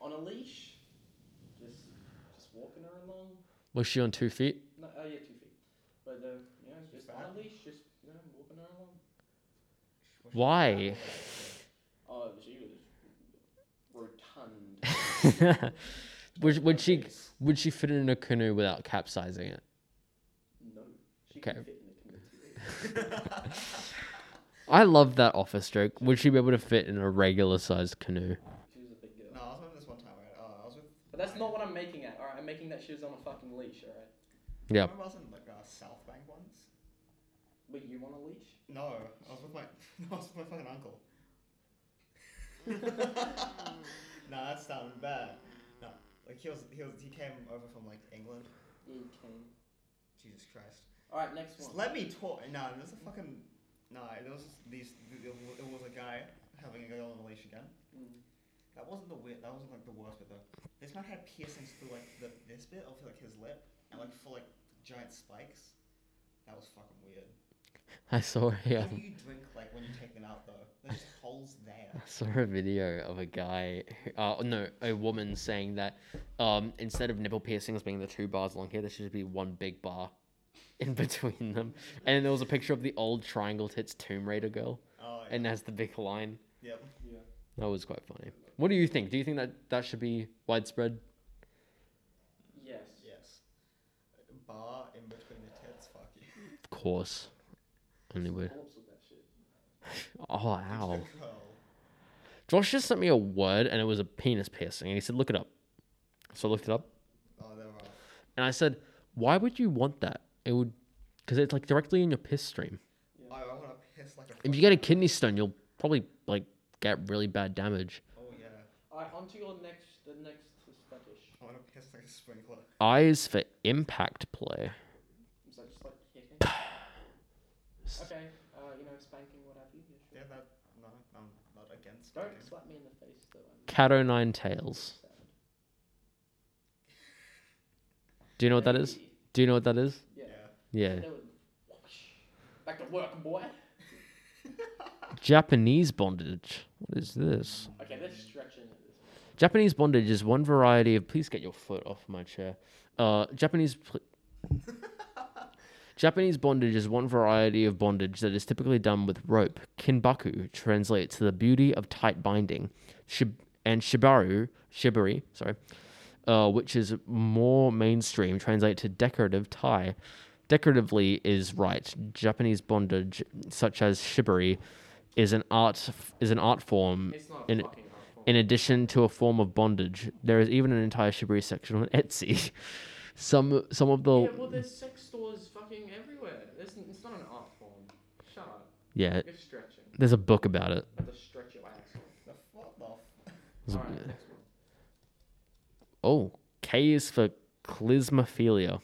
C: on a leash, just just walking her along.
B: Was she on two feet?
C: No, oh yeah, two feet. But uh, you know,
A: She's
C: just on
A: fat.
C: a leash, just you know, walking her along.
B: Why?
C: Oh, she was rotund.
B: would would she would she fit in a canoe without capsizing it?
C: No, she
B: Okay.
C: can fit in the community.
B: I love that office joke. Would she be able to fit in a regular sized canoe?
C: She was a big girl.
A: No, I was with this one time, right? Uh, I was with.
C: But that's
A: my-
C: not what I'm making at. All right, I'm making that she was on a fucking leash. All right,
B: Yeah.
A: Remember I was in like uh, South Bank once?
C: but you on a leash?
A: No, I was with my no, I was with my fucking uncle. nah, that sounded bad. No, like he was he was he came over from like England.
C: Okay.
A: Jesus Christ.
C: All right, next
A: Just
C: one.
A: let me talk. No, there was a fucking no. There was these. It was- it was a guy having a girl on a leash again.
C: Mm.
A: That wasn't the weird. That wasn't like the worst bit though. This man had piercings through like the, this bit of like his lip and like for like giant spikes. That was fucking weird.
B: I saw yeah.
A: What do you drink like when you take them out though? There's just holes there.
B: I saw a video of a guy, who- uh, no, a woman saying that um, instead of nipple piercings being the two bars along here, there should be one big bar in between them. And there was a picture of the old Triangle Tits Tomb Raider girl,
A: Oh yeah.
B: and has the big line.
A: yep.
C: Yeah.
B: That was quite funny. What do you think? Do you think that that should be widespread?
C: Yes.
A: Yes. Bar in between the tits. Fuck you.
B: Of course. Only would.
C: Corpse with that shit.
B: Oh, ow.
A: Just a curl.
B: Josh just sent me a word, and it was a penis piercing, and he said, look it up. So I looked it up.
A: Oh, they're right.
B: And I said, "Why would you want that? It would, because it's like directly in your piss stream.
A: Oh, I want to piss like a.
B: If you
A: fucking-
B: get a kidney stone, you'll probably like get really bad damage."
A: Oh yeah.
C: All right, on to your next, the next fetish.
A: I want to piss like a sprinkler.
B: Eyes for impact play.
C: Is that just like hitting? okay. Uh, you know, spanking, what have you. yeah, sure.
A: Yeah, that. No, I'm not against.
C: Don't
A: it.
C: slap me in the face though. I'm
B: Cat o' nine tails.
C: sad.
B: Do you know what that is? Do you know what that is?
C: Yeah.
A: Yeah.
B: Yeah,
C: That would-
E: Back to work, boy.
B: Japanese bondage. What is this?
E: Okay, they're stretching at this point.
B: Japanese bondage is one variety of. Please get your foot off my chair. Uh, Japanese. Pl- Japanese bondage is one variety of bondage that is typically done with rope. Kinbaku translates to the beauty of tight binding, Shib- and shibaru, shibari, sorry, uh, which is more mainstream, translate to decorative tie. Decoratively is right. Japanese bondage, such as shibari, is an art is an art form
C: It's not
B: in-
C: fucking helpful.
B: in addition to a form of bondage, there is even an entire shibari section on Etsy. Some some of the
C: yeah, well, there's sex stores fucking everywhere. It's, it's not an art form. Shut up.
B: yeah,
C: You're stretching. You
B: there's a book about it.
C: have to stretch your ass.
A: The what the f-
B: There's a-
C: Alright, next one.
B: Oh, K is for clismophilia.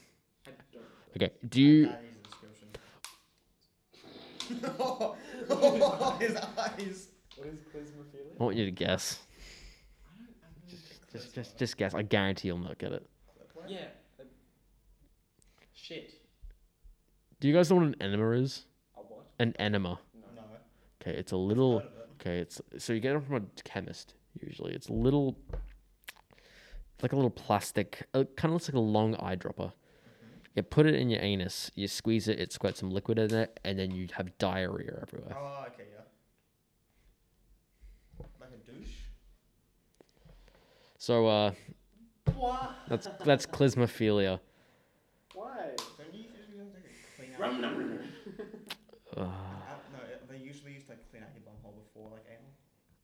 C: I don't.
B: Okay, do you
A: That needs a description. oh, his eyes.
E: What is clismophilia?
B: I want you to guess?
C: Just,
B: Just just just guess. I guarantee you'll not get it.
E: Yeah. uh, Shit.
B: Do you guys know what an enema is?
E: A what?
B: An enema.
A: No.
B: Okay, it's a little
A: Heard of it.
B: Okay, it's so you get them from a chemist usually. It's a little, it's like a little plastic. It kind of looks like a long eyedropper. You put it in your anus, you squeeze it, it squirts some liquid in it, and then you have diarrhea everywhere.
A: Oh, okay, yeah. Like a douche?
B: So uh,
E: What?
B: that's that's clismophilia.
E: Why?
A: Don't you usually have to clean out?
E: Rum num num.
B: Uh,
A: out no, they usually used to like, clean out your bumhole before like anal,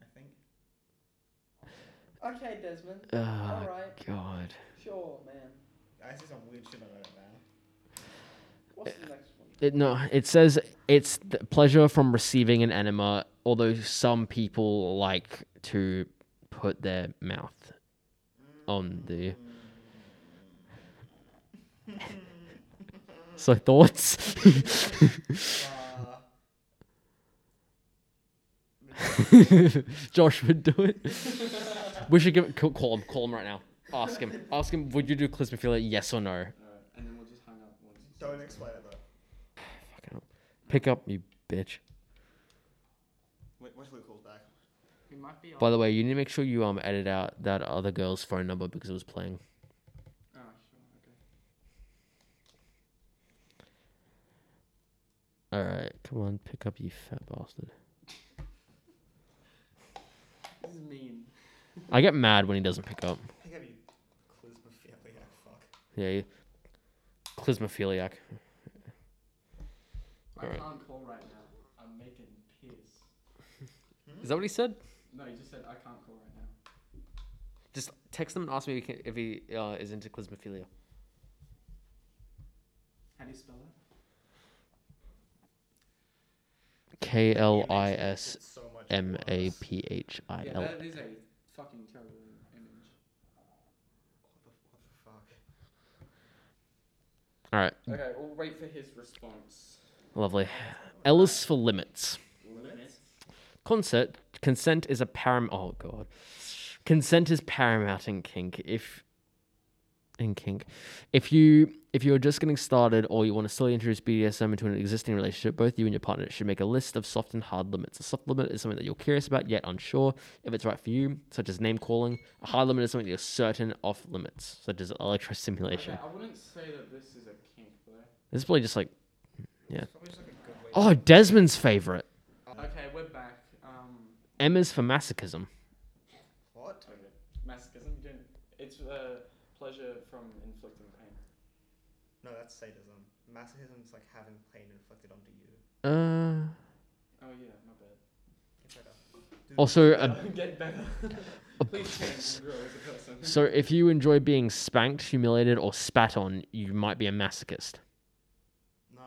A: I think.
E: Okay, Desmond.
B: oh
E: Alright.
B: God.
E: Sure, man.
A: I see Uh, some weird shit about it, man.
E: What's the next one?
B: It, no, it says it's the pleasure from receiving an enema, although some people like to put their mouth on the. so, thoughts?
A: Uh,
B: Josh would do it. We should give ca- call him. Call him right now. Ask him. Ask him. Would you do clismophilia? Yes or no?
C: Alright, and then we'll just hang up once.
A: don't explain it though.
B: Fucking hell. Pick up, you bitch.
A: Wait, what's Luke called back?
C: We might be on.
B: By the way, you need to make sure you um edit out that other girl's phone number because it was playing.
C: oh, sure, okay.
B: All right, come on, pick up, you fat bastard.
C: This is mean.
B: I get mad when he doesn't pick up.
A: I think I'd be clismophilia, fuck.
B: Yeah, you... clismophiliac.
C: I
B: Alright.
C: can't call right now. I'm making piss.
B: Is that what he said?
C: No, you just said I can't call right now.
B: Just text him and ask me if he, if he uh, is into clismophilia.
C: How do you spell it?
B: K L
A: It makes me
B: I
A: hate it
B: S
A: so much
B: M A
A: worse.
B: P H I
C: yeah,
B: L.
C: that is a fucking terrible image.
A: What the, what the fuck?
B: All right,
C: Okay, we'll wait for his response.
B: lovely. L is for limits.
C: Limits.
B: Consent consent is a param. Oh god, consent is paramount in kink. If in kink, if you if you're just getting started or you want to slowly introduce BDSM into an existing relationship, both you and your partner should make a list of soft and hard limits. A soft limit is something that you're curious about yet unsure if it's right for you, such as name calling. A hard limit is something that you're certain off limits, such as electrostimulation.
C: Okay, I wouldn't say that this is a kink though.
B: This is probably just like,
A: It's probably just like a good way
B: oh, Desmond's favorite.
C: Okay, we're back. Um,
B: M is for masochism.
A: to- What?
C: okay. Masochism. You don't. It's uh, pleasure from inflicting pain.
A: No, that's sadism. Masochism is like having pain inflicted onto you.
B: Uh,
C: Oh yeah, my bad.
A: Get better. Do
B: also
A: this.
B: a
C: Get better. Please change and grow as a person.
B: So if you enjoy being spanked, humiliated, or spat on, you might be a masochist.
A: No.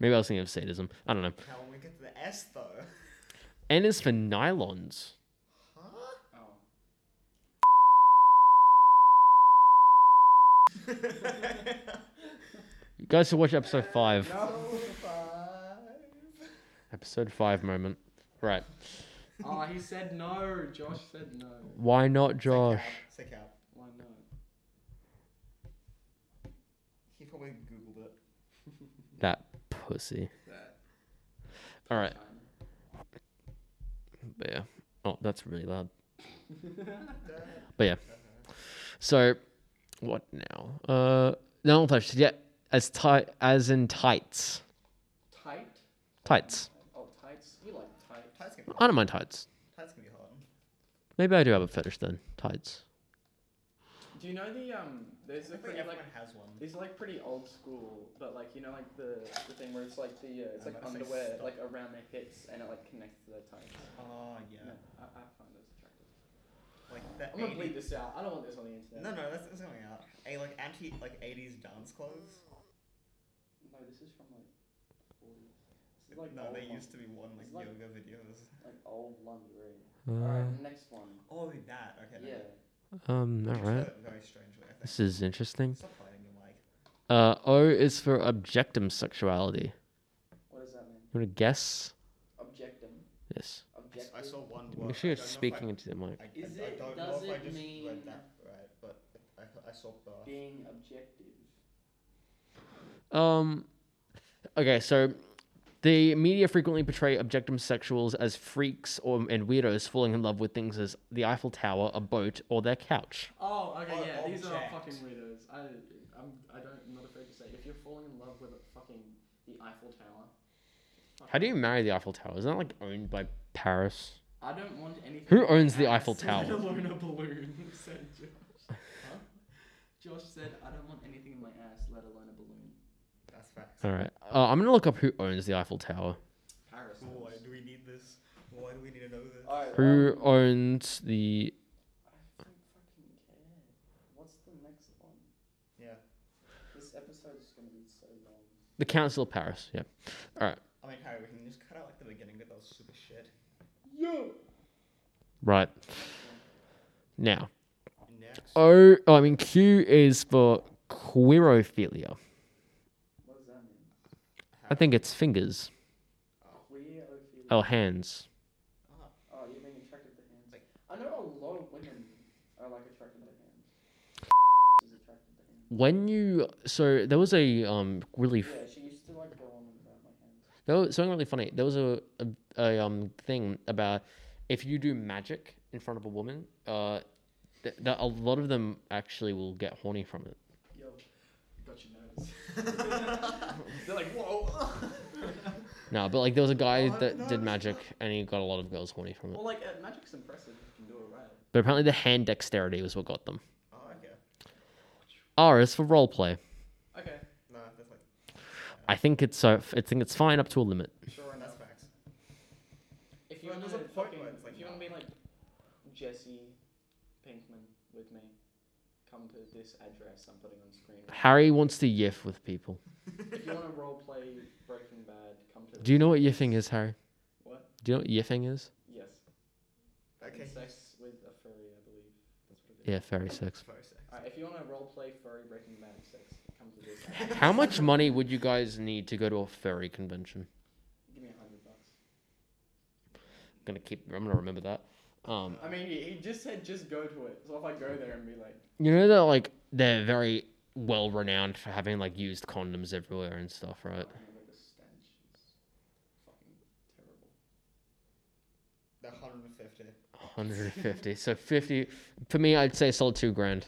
B: Maybe I was thinking of sadism. I don't know.
A: Now when we get to the S though.
B: N is for nylons.
A: Huh?
C: Oh.
B: You guys should watch episode five.
A: No. Five.
B: Episode five moment. Right.
C: oh, he said no. Josh said no.
B: Why not, Josh?
A: Say cap. Say cap.
C: Why not?
A: He probably googled it.
B: That pussy. All right. But yeah. Oh, that's really loud. but yeah. So, what now? Uh, no one flashed. Yeah, as tight as in tights.
C: Tight?
B: Tights.
C: Oh, tights. You like tight.
A: Tights can be
B: I don't mind tights.
A: tights can be hard.
B: Maybe I do have a fetish then. Tights.
C: Do you know the um? There's a pretty like.
A: Everyone has one.
C: These are like pretty old school, but like you know like the the thing where it's like the uh, it's
A: I'm
C: like
A: about to say
C: underwear
A: stop.
C: like around their hips and it like connects to their tights.
A: Oh yeah.
C: No, I, I find those attractive.
A: Like that.
C: I'm gonna
A: 80
C: bleed this out. I don't want this on the internet.
A: No, no, that's, that's coming out. A like anti like eighties dance clothes.
C: No, this is from like. 40s. This is like
A: no,
C: old
A: they
C: one.
A: used to be one like
C: It's like-
A: yoga videos.
C: like old lingerie.
B: Uh,
C: Alright, next one.
A: Oh, that. Okay. no.
C: Yeah.
B: um. All
A: Which
B: right.
A: hurt Very strangely, I think.
B: This is interesting.
A: Stop fighting your mic.
B: Uh, O is for objectum sexuality.
C: What does that mean?
B: You want to guess?
C: Objectum.
B: Yes.
A: I s-
C: Objective.
A: I saw one word.
B: Make
A: I
B: sure you're
A: don't know if
B: speaking
A: I,
B: into the mic.
A: I, I,
C: Is
A: I
C: it-
A: don't
C: does
A: know if I
C: it
A: just
C: mean-
A: read that right, but I, I saw birth.
C: Being objective.
B: Um, okay, so the media frequently portray objectum sexuals as freaks or and weirdos falling in love with things as the Eiffel Tower, a boat, or their couch.
C: Oh, okay,
A: Oh,
C: yeah. These are
A: object.
C: fucking weirdos. I, I'm, I don't, I'm not afraid to say. If you're falling in love with a fucking the Eiffel Tower.
B: How do you marry the Eiffel Tower? Isn't that like owned by Paris?
C: I don't want anything.
B: Who
C: to
B: owns the
C: pass,
B: Eiffel
C: Let
B: Tower?
C: alone a balloon, said Josh. Huh? Josh said, "I don't want anything in my ass, let alone a balloon."
A: That's facts.
B: All right, uh, I'm gonna look up who owns the Eiffel Tower.
C: Paris.
A: Why do we need this? Why do we need to know this?
C: All right.
B: Who owns the?
C: I don't fucking care. What's the next one?
A: Yeah.
C: This episode is gonna be so long.
B: The Council of Paris, yeah. All right,
A: I mean, Harry, we can just cut out like the beginning because that was super shit.
C: Yo.
B: right. Now,
A: Next.
B: O, oh, I mean Q is for queerophilia.
C: What does that mean?
B: I think it's fingers
C: Queerophilia.
B: or hands.
A: Ah,
C: Oh, you're being attracted to hands. I know a lot of women are like attracted to hands. is attracted to hands.
B: when you so there was a um really f-
C: Yeah, she used to like go on about my hands.
B: there was something really funny there was a, a, a um thing about if you do magic in front of a woman uh th- that a lot of them actually will get horny from it
C: Yo, got your nose. They're like, whoa.
B: no but like there was a guy
A: Oh, I
B: that did
A: know.
B: magic and he got a lot of girls horny from it
C: well, like uh, magic's impressive if you can do it right.
B: but apparently the hand dexterity was what got them
A: oh, okay.
B: r is for role play
C: Okay,
A: No, that's like
B: i think it's so i think it's fine up to a limit
C: sure
A: that's
C: enough.
A: facts.
C: If you
A: Well,
C: want to
A: there's a point
C: fucking,
A: where it's like,
C: if you want to
A: nah.
C: be like Jesse Pinkman with me, come to this address I'm putting on screen. right
B: harry wants to yiff with people
C: now. if you want to role play Breaking Bad, come to.
B: do you
C: this-
B: know what yiffing is harry
C: What?
B: do you know what yiffing is
C: Yes. Having
A: Okay.
C: Sex with a furry, I believe. That's what it is.
B: yeah fairy sex
A: Process.
C: Alright, if you want to role play furry Breaking Bad sex, come to this.
B: How much money would you guys need to go to a furry convention?
C: Give me a hundred bucks.
B: I'm gonna keep. I'm gonna remember that. Um,
C: I mean, he, he just said just go to it. So if I go there and be like,
B: you know that like they're very well renowned for having like used condoms everywhere and stuff, right?
C: "Oh, but the stench is fucking terrible.
A: They're 150.
B: 150. so 50 for me, I'd say sold two grand.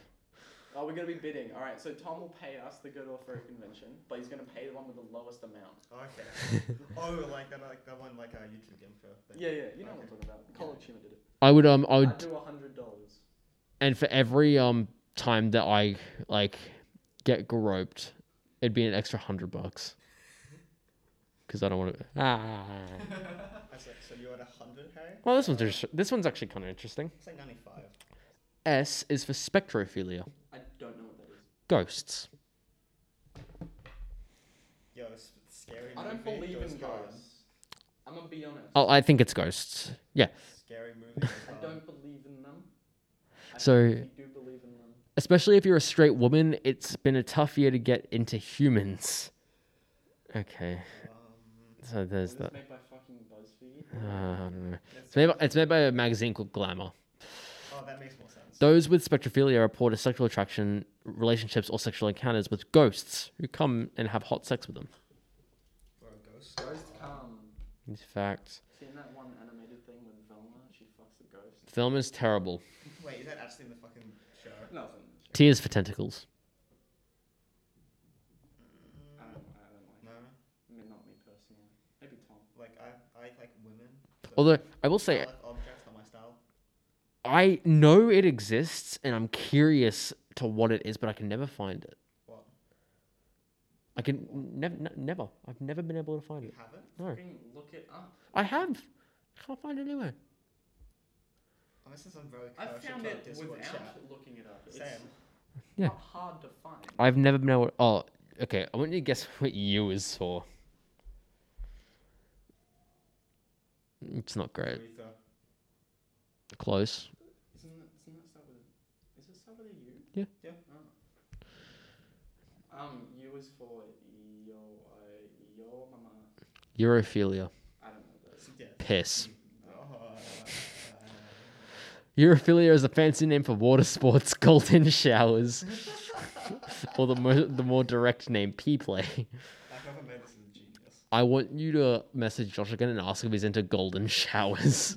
C: Oh, we're gonna be bidding. All right, so Tom will pay us to go to a furry convention, but he's gonna pay the one with the lowest amount.
A: Okay. oh, like that, like that one, like a YouTube game for. thing.
C: Yeah, yeah, you know what I'm
A: Okay.
C: talking about. College humor did it.
B: I would um I
C: I'd,
B: would
C: do a hundred dollars.
B: and for every um time that I like get groped, it'd be an extra hundred bucks. Cause I don't want to. Ah.
A: I said, so you're at 100, Harry?
B: Well, this one's just, this one's actually kind of interesting.
A: It's like 95.
B: S is for spectrophilia.
C: I don't know what that is.
B: ghosts.
A: Yo, it's scary.
C: I don't
A: movie,
C: believe
A: goes
C: in
A: hard.
C: ghosts. I'm gonna be honest.
B: Oh, I think it's ghosts. Yeah.
A: Scary movie. goes
C: I
A: hard.
C: don't believe in them. I
B: Uh, So-
C: think if you do believe in them.
B: Especially if you're a straight woman, it's been a tough year to get into humans. Okay,
A: Um,
B: so there's
C: Was this
B: that.
C: made by fucking BuzzFeed?
B: Uh, I don't know.
A: let's
B: It's made, by,
A: see.
B: it's made by a magazine called Glamour.
A: Oh, that makes more sense.
B: Those with spectrophilia report a sexual attraction, relationships, or sexual encounters with ghosts who come and have hot sex with them.
A: Or a ghost.
C: Ghost come.
B: These facts.
C: Seen that one animated thing with Velma? She fucks a ghost.
B: Film is terrible.
A: Wait, is that actually in the fucking show?
C: No, it's not in the show.
B: Tears for Tentacles.
C: I don't, I don't
A: Mm,
C: like
A: No,
C: I mean, not me personally. Maybe Tom.
A: like I, I like women. so
B: Although I will
A: I
B: say
A: like objects, not my style.
B: I know it exists and I'm curious to what it is, but I can never find it.
A: What?
B: I can never, n- never. I've never been able to find
A: You
B: it.
A: haven't?
B: No,
C: Fucking look it up.
B: I have. I can't find it anywhere.
A: Oh, this is some very
C: I
A: commercial
C: found
A: type
C: it
A: Discord
C: without
A: chat.
C: looking it up. It's
A: Same.
B: Yeah.
C: not hard to find.
B: I've never been able. oh, okay. I want you to guess what you is for. It's not great.
A: Aretha.
B: Close.
C: Isn't that, isn't that start with a, is it start with a U?
B: Yeah.
A: Yeah.
C: Oh. Um, U is for yo, I, yo, mama.
B: Europhilia.
C: I don't know this.
A: Yeah.
B: Piss.
A: Oh, uh,
B: Europhilia is a fancy name for water sports, golden showers, or the mo- the more direct name, pee play.
A: that whoever made this is a genius.
B: I want you to message Josh again and ask if he's into golden showers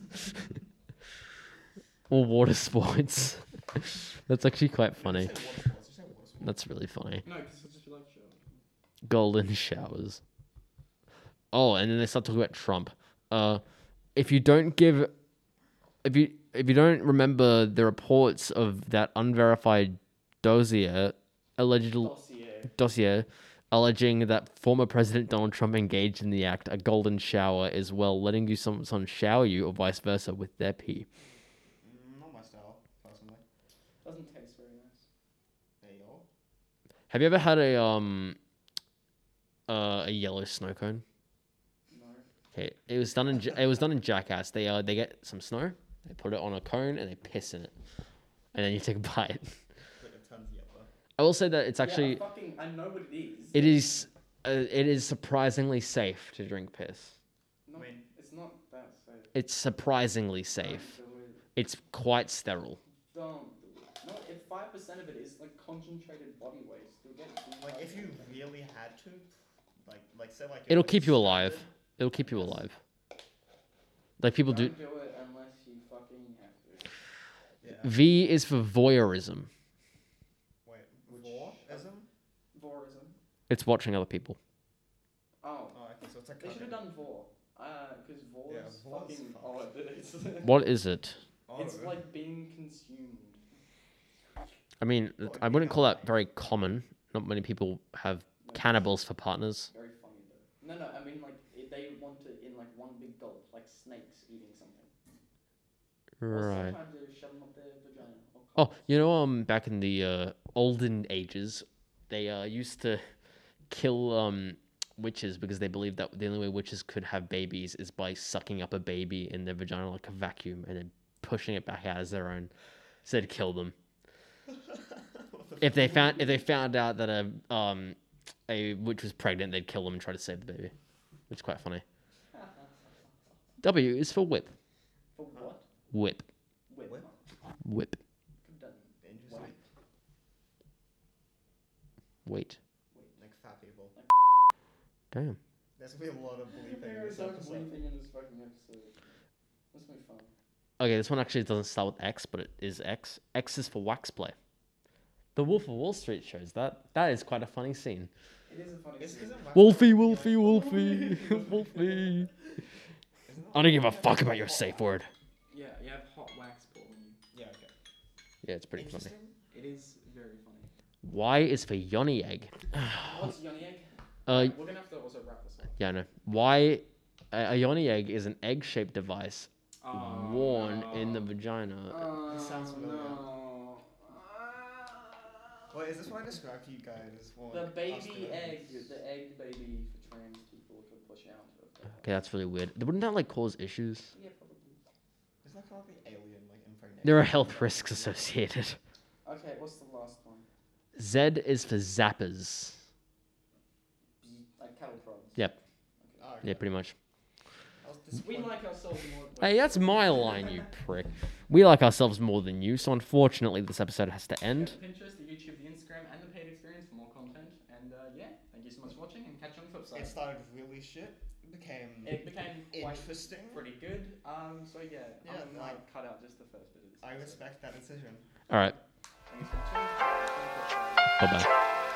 B: or water sports. That's actually quite funny.
A: Did you say waterfalls? Did you say waterfalls?
B: That's really funny.
C: No, because it's just like show.
B: Golden showers. Oh, and then they start talking about Trump. Uh, if you don't give, if you if you don't remember the reports of that unverified dossier, alleged
C: Dossier.
B: dossier alleging that former President Donald Trump engaged in the act, a golden shower is well letting you some someone shower you or vice versa with their pee.
A: Mm, Not my style, personally.
C: Doesn't taste very nice.
A: There you go.
B: Have you ever had a um uh, a yellow snow cone?
C: No.
B: Okay, it was done in Ja- it was done in Jackass. They uh they get some snow, they put it on a cone and they piss in it, and then you take a bite.
A: But it turns yellow.
B: I will say that it's actually
C: Yeah, I fucking, I know what it is.
B: it is uh, it is surprisingly safe to drink piss.
C: No,
A: I mean-
C: it's not that safe.
B: It's surprisingly
C: Don't
B: safe.
C: do it.
B: It's quite sterile.
C: Don't do it. No, if five percent of it is like concentrated body waste, you'll get.
A: Like if you really had to, like like say like. you're
B: It'll
A: really
B: keep you alive.
A: stranded,
B: It'll keep you alive. Like people do.
C: Don't do it unless you fucking have to.
A: Yeah.
B: V is for voyeurism.
A: Wait. Voyeurism.
C: Vorism.
B: It's watching other people.
C: Oh,
A: Oh, okay. So it's like.
C: they should have done vor. Uh, because vor
A: Yeah,
C: is
A: vor is
C: fucking
A: fucked.
C: odd. It's,
B: What is it?
A: Oh,
C: it's like being consumed.
B: I mean, it- I wouldn't call that very common. Not many people have
C: No,
B: cannibals for partners.
C: it's Very funny though. No, no, I mean like i- they want it in like one big gulp, like snakes eating something. Or
B: Right.
C: sometimes they shove them up their vagina. Or
B: Oh,
C: cock.
B: you know, um, back in the uh, olden ages, they uh, used to kill um witches because they believed that the only way witches could have babies is by sucking up a baby in their vagina like a vacuum and then pushing it back out as their own. So they'd kill them. if they found if they found out that a um a witch was pregnant, they'd kill them and try to save the baby, which is quite funny. W is for whip,
C: For what?
B: whip,
C: Whip.
A: Whip?
B: whip.
C: Could have done
A: Interesting.
C: white.
B: Wait,
A: Like fat people.
B: damn.
A: There's gonna be a lot of bleeping. in
C: There
A: this
C: is so much
A: episode.
C: bleeping in this fucking episode. That's gonna be fun.
B: Okay, this one actually doesn't start with X, but it is X. X is for wax play. The Wolf of Wall Street shows that. That is quite a funny scene.
C: It is a funny.
A: Is-
C: scene.
A: isn't wax
B: Wolfie,
A: play
B: Wolfie,
A: like-
B: Wolfie, Wolfie.
A: Isn't
B: I don't give a
A: wax play
B: fuck
A: like
B: about your
A: hot
B: safe
A: wax?
B: word.
C: Yeah, you have hot wax ball on you.
A: Yeah. Okay.
B: Yeah, it's pretty funny.
A: Interesting.
C: It is very funny.
B: Y is for Yoni egg.
C: What's yoni egg?
B: Uh,
C: We're gonna have to also wrap this up.
B: yeah, I know. Y, a a yoni egg is an egg-shaped device worn in the vagina.
C: Oh,
A: This sounds familiar.
C: no.
A: Wait, is this what I described to you guys? as for,
C: The
A: like,
C: baby
A: masculine?
C: egg, the egg baby for trans people to push out of their
B: Okay, that's really weird. Wouldn't that like cause issues?
C: Yeah, probably.
A: Isn't that kind of like the alien like impregnated?
B: There are health risks associated.
C: Okay, what's the last one?
B: Z is for zappers.
C: B- Like cattle prods.
B: Yep.
A: Oh, okay.
B: Yeah, pretty much.
A: I was
C: We
A: disappointed.
C: like ourselves more. than-
B: Hey, that's my line, you prick. We like ourselves more than you, so unfortunately, this episode has to
C: Go
B: end.
C: to Pinterest, the YouTube, the Instagram, and the paid experience for more content. And uh, yeah, thank you so much for watching, and catch you on the flip side.
A: It started really shit. became
C: It became quite
A: interesting.
C: pretty good. Um, so yeah,
A: Yeah,
C: I'm gonna
A: no.
C: like cut out just the first bit of this.
A: I
C: episode.
A: respect that decision.
B: All right.
C: Thanks for tuning in.
B: Bye bye.
C: Thank you.